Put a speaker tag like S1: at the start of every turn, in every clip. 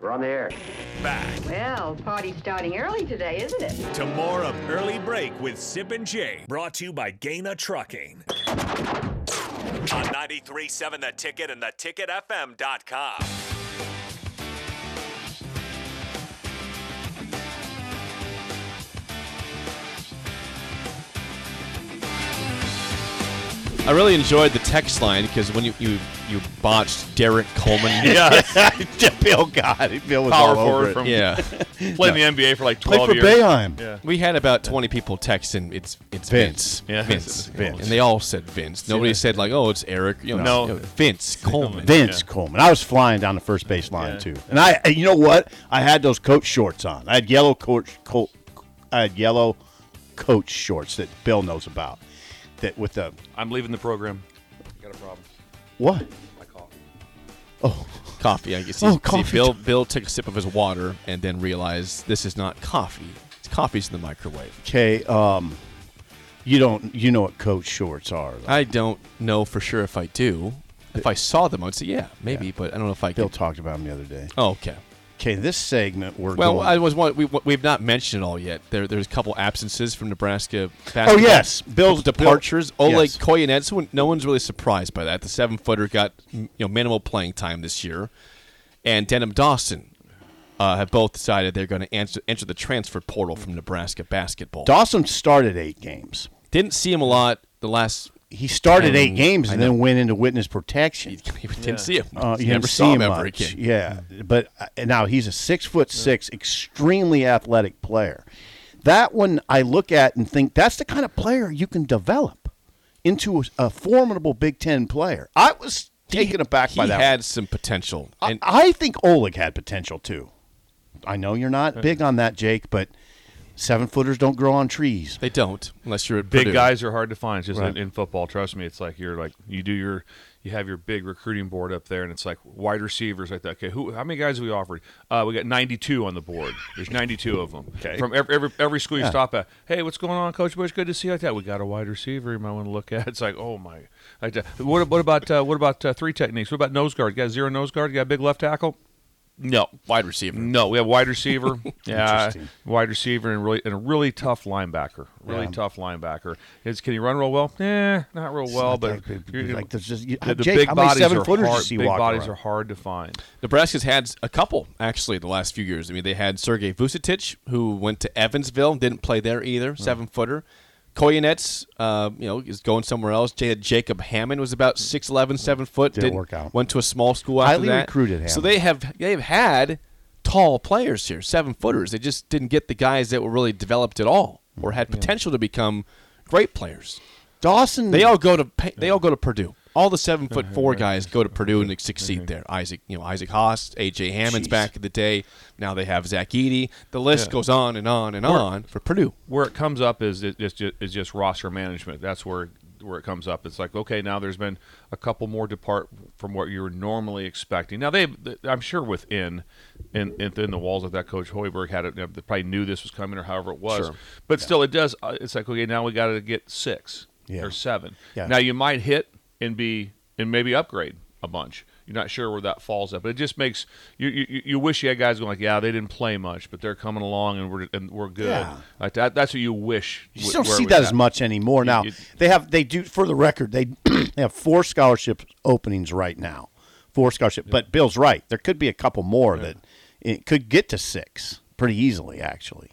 S1: We're on the air.
S2: Back
S3: Well, party's starting early today, isn't it?
S2: to more of Early Break with Sip and Jay, brought to you by Gaina Trucking. On 93.7 The Ticket and theticketfm.com.
S4: I really enjoyed the text line because when you, you you botched Derek Coleman,
S5: Yeah, Bill, God, Bill was
S6: Power
S5: all over
S6: forward
S5: it.
S6: from
S4: yeah,
S6: playing the NBA for like
S5: Play
S6: 12
S5: for
S6: years.
S5: Bayheim.
S6: Yeah.
S4: we had about twenty people texting. It's it's
S5: Vince.
S4: Vince,
S6: Yeah,
S4: Vince,
S6: it's
S5: Vince.
S4: and they all said Vince. Nobody said like, oh, it's Eric. You know,
S6: No.
S4: you know, Vince Coleman.
S5: Vince Coleman. I was flying down the first base line too, and I, and you know what? I had those coach shorts on. I had yellow coach, co- I had yellow coach shorts that Bill knows about. That with the
S6: I'm leaving the program. Got a problem.
S5: what?
S4: coffee. I guess.
S5: Oh,
S4: See,
S5: coffee.
S4: Bill Bill took a sip of his water and then realized this is not coffee. Coffee's in the microwave.
S5: Okay, um, you don't, you know what coach shorts are? though.
S4: I don't know for sure if I do. If I saw them, I'd say yeah, maybe, but I don't know if I
S5: Bill
S4: could.
S5: talked about them the other day.
S4: Oh, okay.
S5: Okay, this segment we're
S4: Well,
S5: going.
S4: I was one, we, we've not mentioned it all yet. There, there's a couple absences from Nebraska.
S5: oh
S4: basketball.
S5: yes, Bill's
S4: departures. Oleg
S5: Yes.
S4: Koyanets. who- No one's really surprised by that. The seven footer got you know minimal playing time this year, and Denham Dawson uh, have both decided they're going to answer, enter the transfer portal from Nebraska basketball.
S5: Dawson started eight games.
S4: Didn't see him a lot the last.
S5: He started
S4: And-
S6: Um,
S5: eight games and
S4: I know.
S5: then went into witness protection.
S4: We didn't see him.
S5: Uh, you
S4: never
S5: didn't
S4: saw
S5: see
S4: him
S5: him
S4: ever
S5: much.
S4: again.
S5: Yeah, but uh, now he's a six foot six, extremely athletic player. That one I look at and think that's the kind of player you can develop into a, a formidable Big Ten player. I was taken aback
S4: He
S5: by that.
S4: had some potential.
S5: one.
S4: and
S5: I, I think Oleg had potential too. I know you're not big on that, Jake, but seven footers don't grow on trees.
S4: they don't unless you're at
S6: Big
S4: Purdue.
S6: guys are hard to find. It's just
S5: Right.
S6: in, in football, trust me. It's like you're like you do your you have your big recruiting board up there, and it's like wide receivers like that. Okay, who? How many guys have we offered? Uh, we got 92 on the board. There's 92 of them. Okay. From every every, every school you stop at. Hey, what's going on, Coach Bush? Good to see you. Like that. We got a wide receiver. You might want to look at. It's like oh my. Like that. What what about uh, what about uh, three techniques? What about nose guard? You got zero nose guard. You got a big left tackle. No,
S4: wide receiver.
S6: no, we have wide receiver, yeah,
S5: Interesting.
S6: wide receiver, and really and a really tough linebacker. Really
S5: Yeah.
S6: tough linebacker. Is can he run real well? Eh, not real well,
S5: not
S6: but
S5: that big.
S6: you're-
S5: Like, there's just-
S6: the,
S5: Jake,
S6: the
S5: how
S6: big
S5: many
S6: bodies
S5: seven
S6: are
S5: footers you
S6: hard.
S5: see
S6: big
S5: walking
S6: bodies
S5: around?
S6: are hard to find.
S4: Nebraska's had a couple actually the last few years. I mean, they had Sergei Vucetich, who went to Evansville, didn't play there either,
S5: Hmm.
S4: seven footer. Koyanets, uh, you know, is going somewhere else. J- Jacob Hammond was about 6'11", 7 foot.
S5: Hmm. Didn't work out.
S4: Went to a small school after
S5: Highly
S4: that.
S5: recruited
S4: So
S5: Hammond.
S4: they have they've had tall players here, seven footers. They just didn't get the guys that were really developed at all or
S5: Hmm.
S4: had potential to become great players.
S5: Dawson,
S4: They all go to Pa- they all go to Purdue. All the seven foot four guys go to Purdue and succeed there. Isaac, you know, Isaac Haas, AJ Hammond's
S5: Jeez.
S4: back in the day. Now they have Zach Eady. The list goes on and on and on for Purdue.
S6: where it comes up is it, it's, just, it's just roster management. That's where where it comes up. It's like okay, now there's been a couple more depart from what you were normally expecting. Now they, I'm sure within in within the walls of that coach Hoiberg had it. They probably knew this was coming or however it was.
S4: Sure.
S6: But still, it does. uh, It's like okay, now we got to get six
S5: Yeah.
S6: or seven.
S5: Yeah.
S6: Now you might hit and be and maybe upgrade a bunch. You're not sure where that falls at, but it just makes you you, you wish you had guys going like, yeah, they didn't play much, but they're coming along and we're and we're good.
S5: Yeah.
S6: Like that, that's what you wish.
S5: You
S6: w-
S5: just don't
S6: where
S5: see
S6: it was
S5: that as
S6: at.
S5: much anymore. Now
S6: you-
S5: they have they do for the record they, they have four scholarship openings right now, four scholarship. But Bill's right. There could be a couple more that it could get to six pretty easily actually.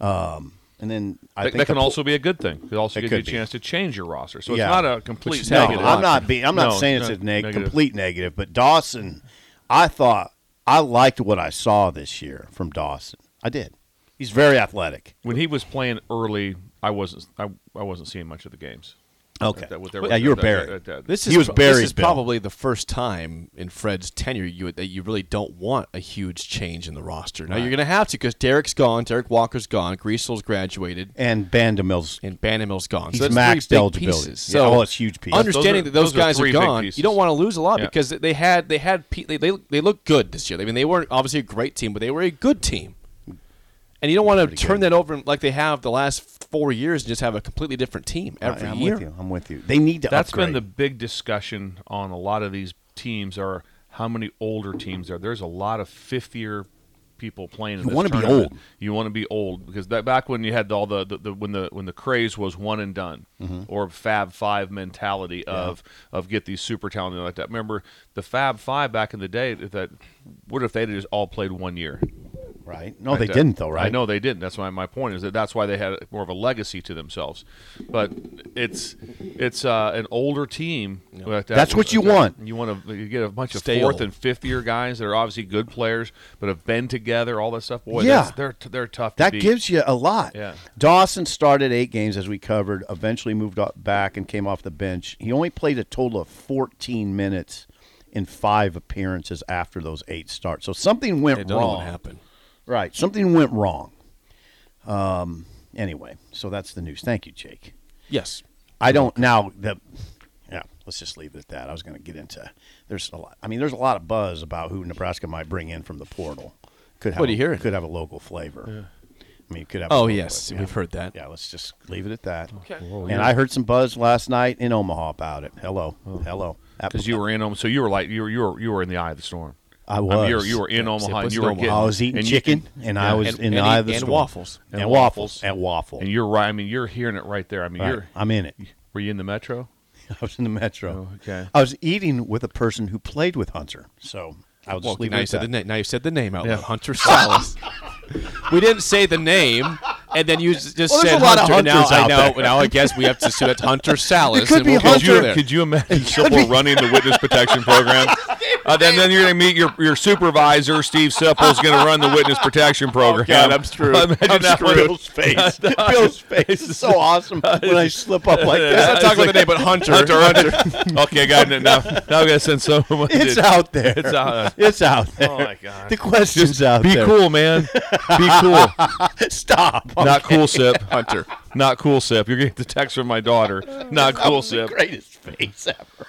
S5: Um, and then I
S6: That,
S5: think
S6: that can
S5: a pl-
S6: also be a good thing. It also
S5: It
S6: gives you a
S5: could be.
S6: chance to change your roster. So
S5: Yeah.
S6: it's not a
S4: Which
S6: complete
S4: is
S5: no.
S6: negative.
S4: not
S5: I'm not be, I'm not
S6: No,
S5: saying
S6: no,
S5: it's a neg-
S6: negative.
S5: complete negative, but Dawson, I thought I liked what I saw this year from Dawson. I did. He's very athletic.
S6: When he was playing early, I wasn't I, I wasn't seeing much of the games.
S5: Okay.
S6: At that- with their-
S5: Yeah, you were
S6: at that-
S5: buried.
S6: at that-
S4: This
S5: He
S4: is
S5: was
S4: prob- this
S5: Barry's
S4: is
S5: Bill.
S4: probably the first time in Fred's tenure you that you really don't want a huge change in the roster. Now you're going to have to because Derek's gone, Derek Walker's gone, Greasel's graduated.
S5: And Bandamil's
S4: and Bannamill's gone.
S5: He's
S4: so that's three
S5: maxed
S4: big
S5: eligibility.
S4: Pieces.
S5: Yeah,
S4: So
S5: oh, it's huge pieces.
S4: Understanding
S6: Those are-
S4: that those,
S6: those are
S4: guys are
S6: three big
S4: gone,
S6: pieces.
S4: you don't want to lose a lot
S6: Yeah.
S4: because they had they had pe- they they they looked good this year. I mean, they weren't obviously a great team, but they were a good team. And you don't want to turn that over like they have the last four years and just have a completely different team every
S5: I'm
S4: year.
S5: with you. I'm with you. They need to
S6: That's
S5: upgrade.
S6: been the big discussion on a lot of these teams are how many older teams there. There's a lot of fifth year people playing. In
S5: You
S6: this
S5: wanna be
S6: tournament.
S5: old.
S6: You want to be old because that back when you had all the, the, the when the when the craze was one and done
S5: Mm-hmm.
S6: or Fab Five mentality of of get these super talented like that. Remember the Fab Five back in the day? That what if they just all played one year?
S5: Right? No, they
S6: But, uh,
S5: didn't though, right?
S6: I know they didn't. That's why my point is that that's why they had more of a legacy to themselves. But it's it's uh, an older team. like that
S5: That's
S6: was-
S5: what you
S6: that-
S5: want.
S6: You want to you get a bunch of
S4: Stay
S6: fourth
S4: old.
S6: and fifth year guys that are obviously good players, but have been together, all that stuff. Boy,
S5: Yeah.
S6: that's, they're they're tough.
S5: That
S6: to beat.
S5: gives you a lot.
S6: Yeah.
S5: Dawson started eight games as we covered, eventually moved up back and came off the bench. He only played a total of 14 minutes in five appearances after those eight starts. So something went
S4: It
S5: wrong.
S4: don't happen.
S5: Right. Something went wrong. Um, anyway, so that's the news. Thank you, Jake.
S4: Yes.
S5: I don't now the yeah, let's just leave it at that. I was going to get into there's a lot. I mean, there's a lot of buzz about who Nebraska might bring in from the portal. Could have
S4: What are you
S5: a,
S4: hearing?
S5: Could have a local flavor. I mean, could have. a
S4: Oh
S5: local-
S4: yes,
S5: yeah.
S4: we've heard that.
S5: Yeah, let's just leave it at that.
S4: Okay.
S5: and I heard some buzz last night in Omaha about it. Hello, hello.
S6: because you were in Omaha, so you were like you were you were you were in the eye of the storm.
S5: I
S6: I mean, you were
S5: was.
S6: you were in
S4: Yeah,
S6: Omaha,
S4: it
S6: and
S4: was
S6: you were
S4: normal.
S6: getting
S5: I was eating
S6: and you
S5: chicken,
S6: can-
S5: and
S6: yeah.
S5: I was
S4: And-
S5: in the
S4: and
S5: eye
S4: eat-
S5: of the
S4: and
S5: storm.
S4: waffles.
S5: and,
S6: And
S5: waffles
S6: waffles.
S5: and waffle.
S6: and you're right. I mean, you're hearing it right there. I mean,
S5: Right.
S6: you're
S5: I'm in it.
S6: were you in the metro?
S5: I was in the metro.
S6: Oh, okay.
S5: I was eating with a person who played with Hunter, so I'll just
S4: Well,
S5: leave
S4: now
S5: it
S4: you
S5: at
S4: said the
S5: that.
S4: name. Now you said the name out
S6: Yeah.
S4: loud. Hunter Salas. we didn't say the name, and then you s- just
S5: Well, there's
S4: said
S5: a lot of
S4: Hunter. and now
S5: Hunters
S4: I
S5: out
S4: know.
S5: there.
S4: Now I guess we have to assume that's Hunter Salas.
S5: could
S4: and
S5: be
S4: we'll go
S5: Hunter.
S4: through there.
S6: Could you imagine Sipple running the witness protection program? Uh, then, then you're going to meet your, your supervisor, Steve Sipple, is going to run the witness protection program.
S5: God, I'm screwed.
S6: Imagine
S5: I'm
S6: that
S5: screwed.
S6: one.
S5: Bill's face. Bill's face is so awesome when I slip up like that.
S4: Let's not talk about the name, but Hunter.
S6: Hunter, Hunter. okay, I got it now. Now I'm going to send someone. to-
S5: It's out there.
S6: It's out.
S5: It's out there.
S6: Oh, my God.
S5: The question's out
S6: Be
S5: there.
S6: cool, man. Be cool.
S5: Stop.
S6: Not cool, Sip. Hunter. Not cool, Sip. You're going to get the text from my daughter. Not cool,
S5: the
S6: Sip.
S5: greatest face ever.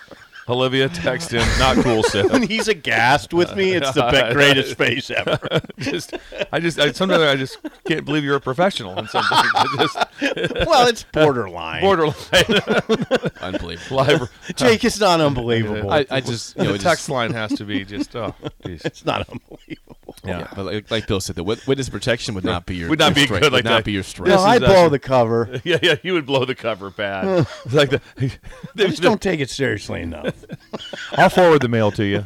S6: Olivia, text him. Not cool, Sip.
S5: When he's aghast with me, it's the be- greatest face ever.
S6: Just, I just, I, sometimes I just can't believe you're a professional. In some things. I just,
S5: Well, it's borderline.
S6: borderline
S4: Unbelievable.
S6: live.
S5: Jake, it's not unbelievable.
S4: I, I just you know
S6: the
S4: just-
S6: text line has to be just oh, geez.
S5: it's not unbelievable.
S4: Yeah, but like, like Bill said, the wit- witness protection would not be your
S6: Would not
S4: your
S6: be
S4: strength,
S6: good
S4: would
S6: like
S4: not
S6: that.
S4: be your
S5: No,
S4: strength.
S6: This
S5: I
S6: is
S5: blow
S6: actually-
S5: the cover.
S6: yeah, yeah. He would blow the cover bad. It's like the,
S5: They just don't take it seriously enough.
S6: I'll forward the mail to you.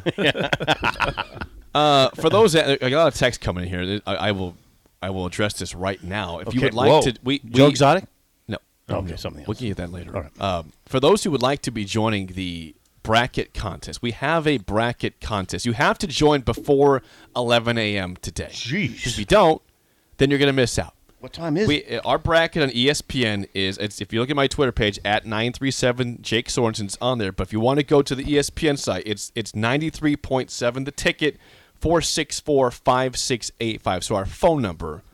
S4: Uh, for those that I got a lot of text coming in here, I, I will I will address this right now. If you
S5: Okay,
S4: would like
S6: whoa.
S4: to, we, we
S5: Joe Exotic?
S4: No,
S5: Okay, something
S4: We'll
S5: else.
S4: get you that later.
S5: All right.
S4: Um, for those who would like to be joining the bracket contest, we have a bracket contest. You have to join before 11 a.m. today.
S5: Jeez.
S4: If you don't, then you're going to miss out.
S5: What time is
S4: We, uh,
S5: it?
S4: our bracket on E ESPN is it's, if you look at my Twitter page at nine three seven Jake Sorensen's on there. But if you want to go to the E ESPN site, it's it's ninety three point seven. The ticket four six four five six eight five. So our phone number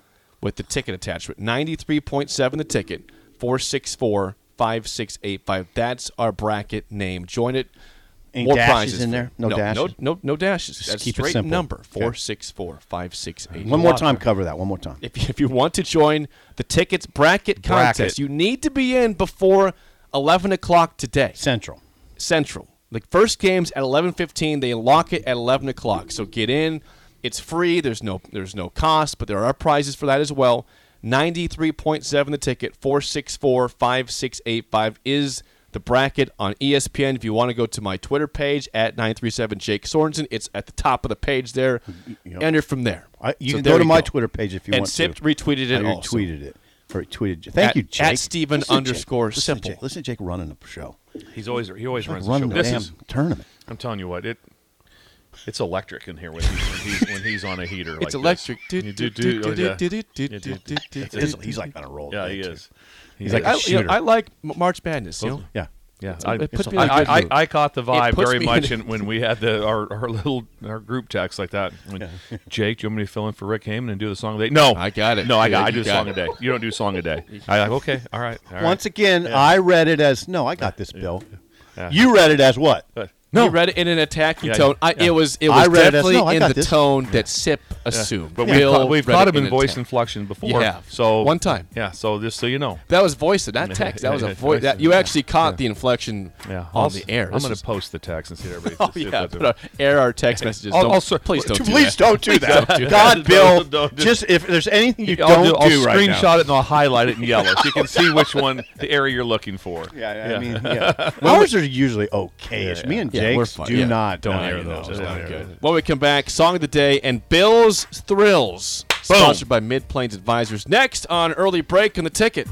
S4: with the ticket attachment ninety three point seven. The ticket four six four five six eight five. That's our bracket name. Join it.
S5: Any
S4: More
S5: dashes
S4: prizes
S5: in
S4: for-
S5: there? No
S4: no No,
S5: dashes?
S4: no, no dashes.
S5: Just
S4: That's
S5: keep it
S4: straight
S5: simple.
S4: number
S5: Okay.
S4: four six four five six eight.
S5: One more time, cover that. One more time.
S4: If, if you want to join the tickets bracket contest,
S5: Bracket.
S4: you need to be in before 11 o'clock today
S5: Central.
S4: Central. The first game's at 11:15. They lock it at 11 o'clock. So get in. It's free. There's no there's no cost, but there are prizes for that as well. 93.7 the ticket. 464-5685 is the bracket on ESPN. If you want to go to my Twitter page at 937 Jake Sorensen, it's at the top of the page there.
S5: Yep.
S4: Enter from there.
S5: I, you
S4: So
S5: can
S4: there
S5: go to
S4: you
S5: my Twitter page if you
S4: and
S5: want
S4: Sip
S5: to.
S4: retweeted it
S5: I
S4: also.
S5: retweeted it. Or tweeted. Thank
S4: At-
S5: you, Jake.
S4: at Steven
S5: Listen to
S4: underscore
S5: Jake. Listen to
S4: simple.
S5: Jake. Listen to Jake running the show.
S6: He's always he always runs the show.
S5: running the
S6: This
S5: damn
S6: is
S5: tournament.
S6: I'm telling you what it. It's electric in here when he's when he's, when he's on a heater. like
S4: It's electric.
S6: This. You do, do, oh, yeah. You do, do.
S5: He's, he's like on a roll.
S6: Yeah,
S5: today,
S6: he
S5: too.
S6: is. He
S5: He's like,
S6: is.
S4: I, you know,
S5: Shooter.
S4: I like M- March Madness. You know,
S5: Yeah.
S6: Yeah,
S4: It's-
S6: I,
S4: it puts
S6: I-
S4: me in a good
S6: I,
S4: mood.
S6: I, I caught the vibe
S4: puts
S6: very
S4: me
S6: much
S4: in
S6: in, when we had the our, our little our group text like that. When, Jake, do you want me to fill in for Rick Heyman and do the song of the day? No,
S4: I got it.
S6: No, I got.
S4: Yeah,
S6: I
S4: you
S6: do the
S4: got
S6: song
S4: it.
S6: a day. You don't do song a day. I like okay, all right, all right.
S5: Once again, I read it as no. I got this, Bill.
S6: Yeah.
S5: You read it as what?
S6: But
S4: No, he read it in an attacking
S6: Yeah,
S4: tone. I,
S6: yeah.
S4: It was it
S5: I
S4: was
S5: read it as,
S4: definitely
S5: "No, I
S4: in
S5: got
S4: the
S5: this."
S4: tone that Sip assumed.
S6: But we've,
S4: Will
S6: caught, we've
S4: read
S6: caught
S4: it
S6: him in voice
S4: attack.
S6: inflection before.
S4: Yeah.
S6: So
S4: One time.
S6: Yeah. So just so you know.
S4: That was voice, not text. That was a voice. That you actually caught the inflection
S6: Yeah.
S4: on
S6: I'll-
S4: the air.
S6: I'm
S4: This
S6: going
S4: is-
S6: to post the text and see everybody.
S4: Oh
S6: see if
S4: yeah,
S6: that's
S4: put our, air our text messages.
S6: I'll-
S4: don't,
S6: I'll sur-
S4: please don't. do
S5: Please
S4: that.
S5: don't do that.
S6: that.
S5: God,
S6: Don't-
S5: Bill,
S6: don't do-
S5: just if there's anything you don't
S6: I'll, do, I'll
S5: do right now.
S6: screenshot it and I'll highlight it in yellow so you can see which one, the area you're looking for.
S5: Yeah, I mean, yeah. ours are usually okay.
S6: Yeah,
S5: Me and
S4: Yeah, we're
S5: Jake's
S4: fine.
S5: do
S4: Yeah,
S5: not
S4: don't
S5: uh,
S4: air
S5: you
S4: those.
S5: know,
S4: It's
S5: don't
S4: not
S5: air
S4: good.
S5: those.
S4: When we come back, song of the day and Bill's Thrills, sponsored by Mid Plains Advisors. Next on early break on the ticket.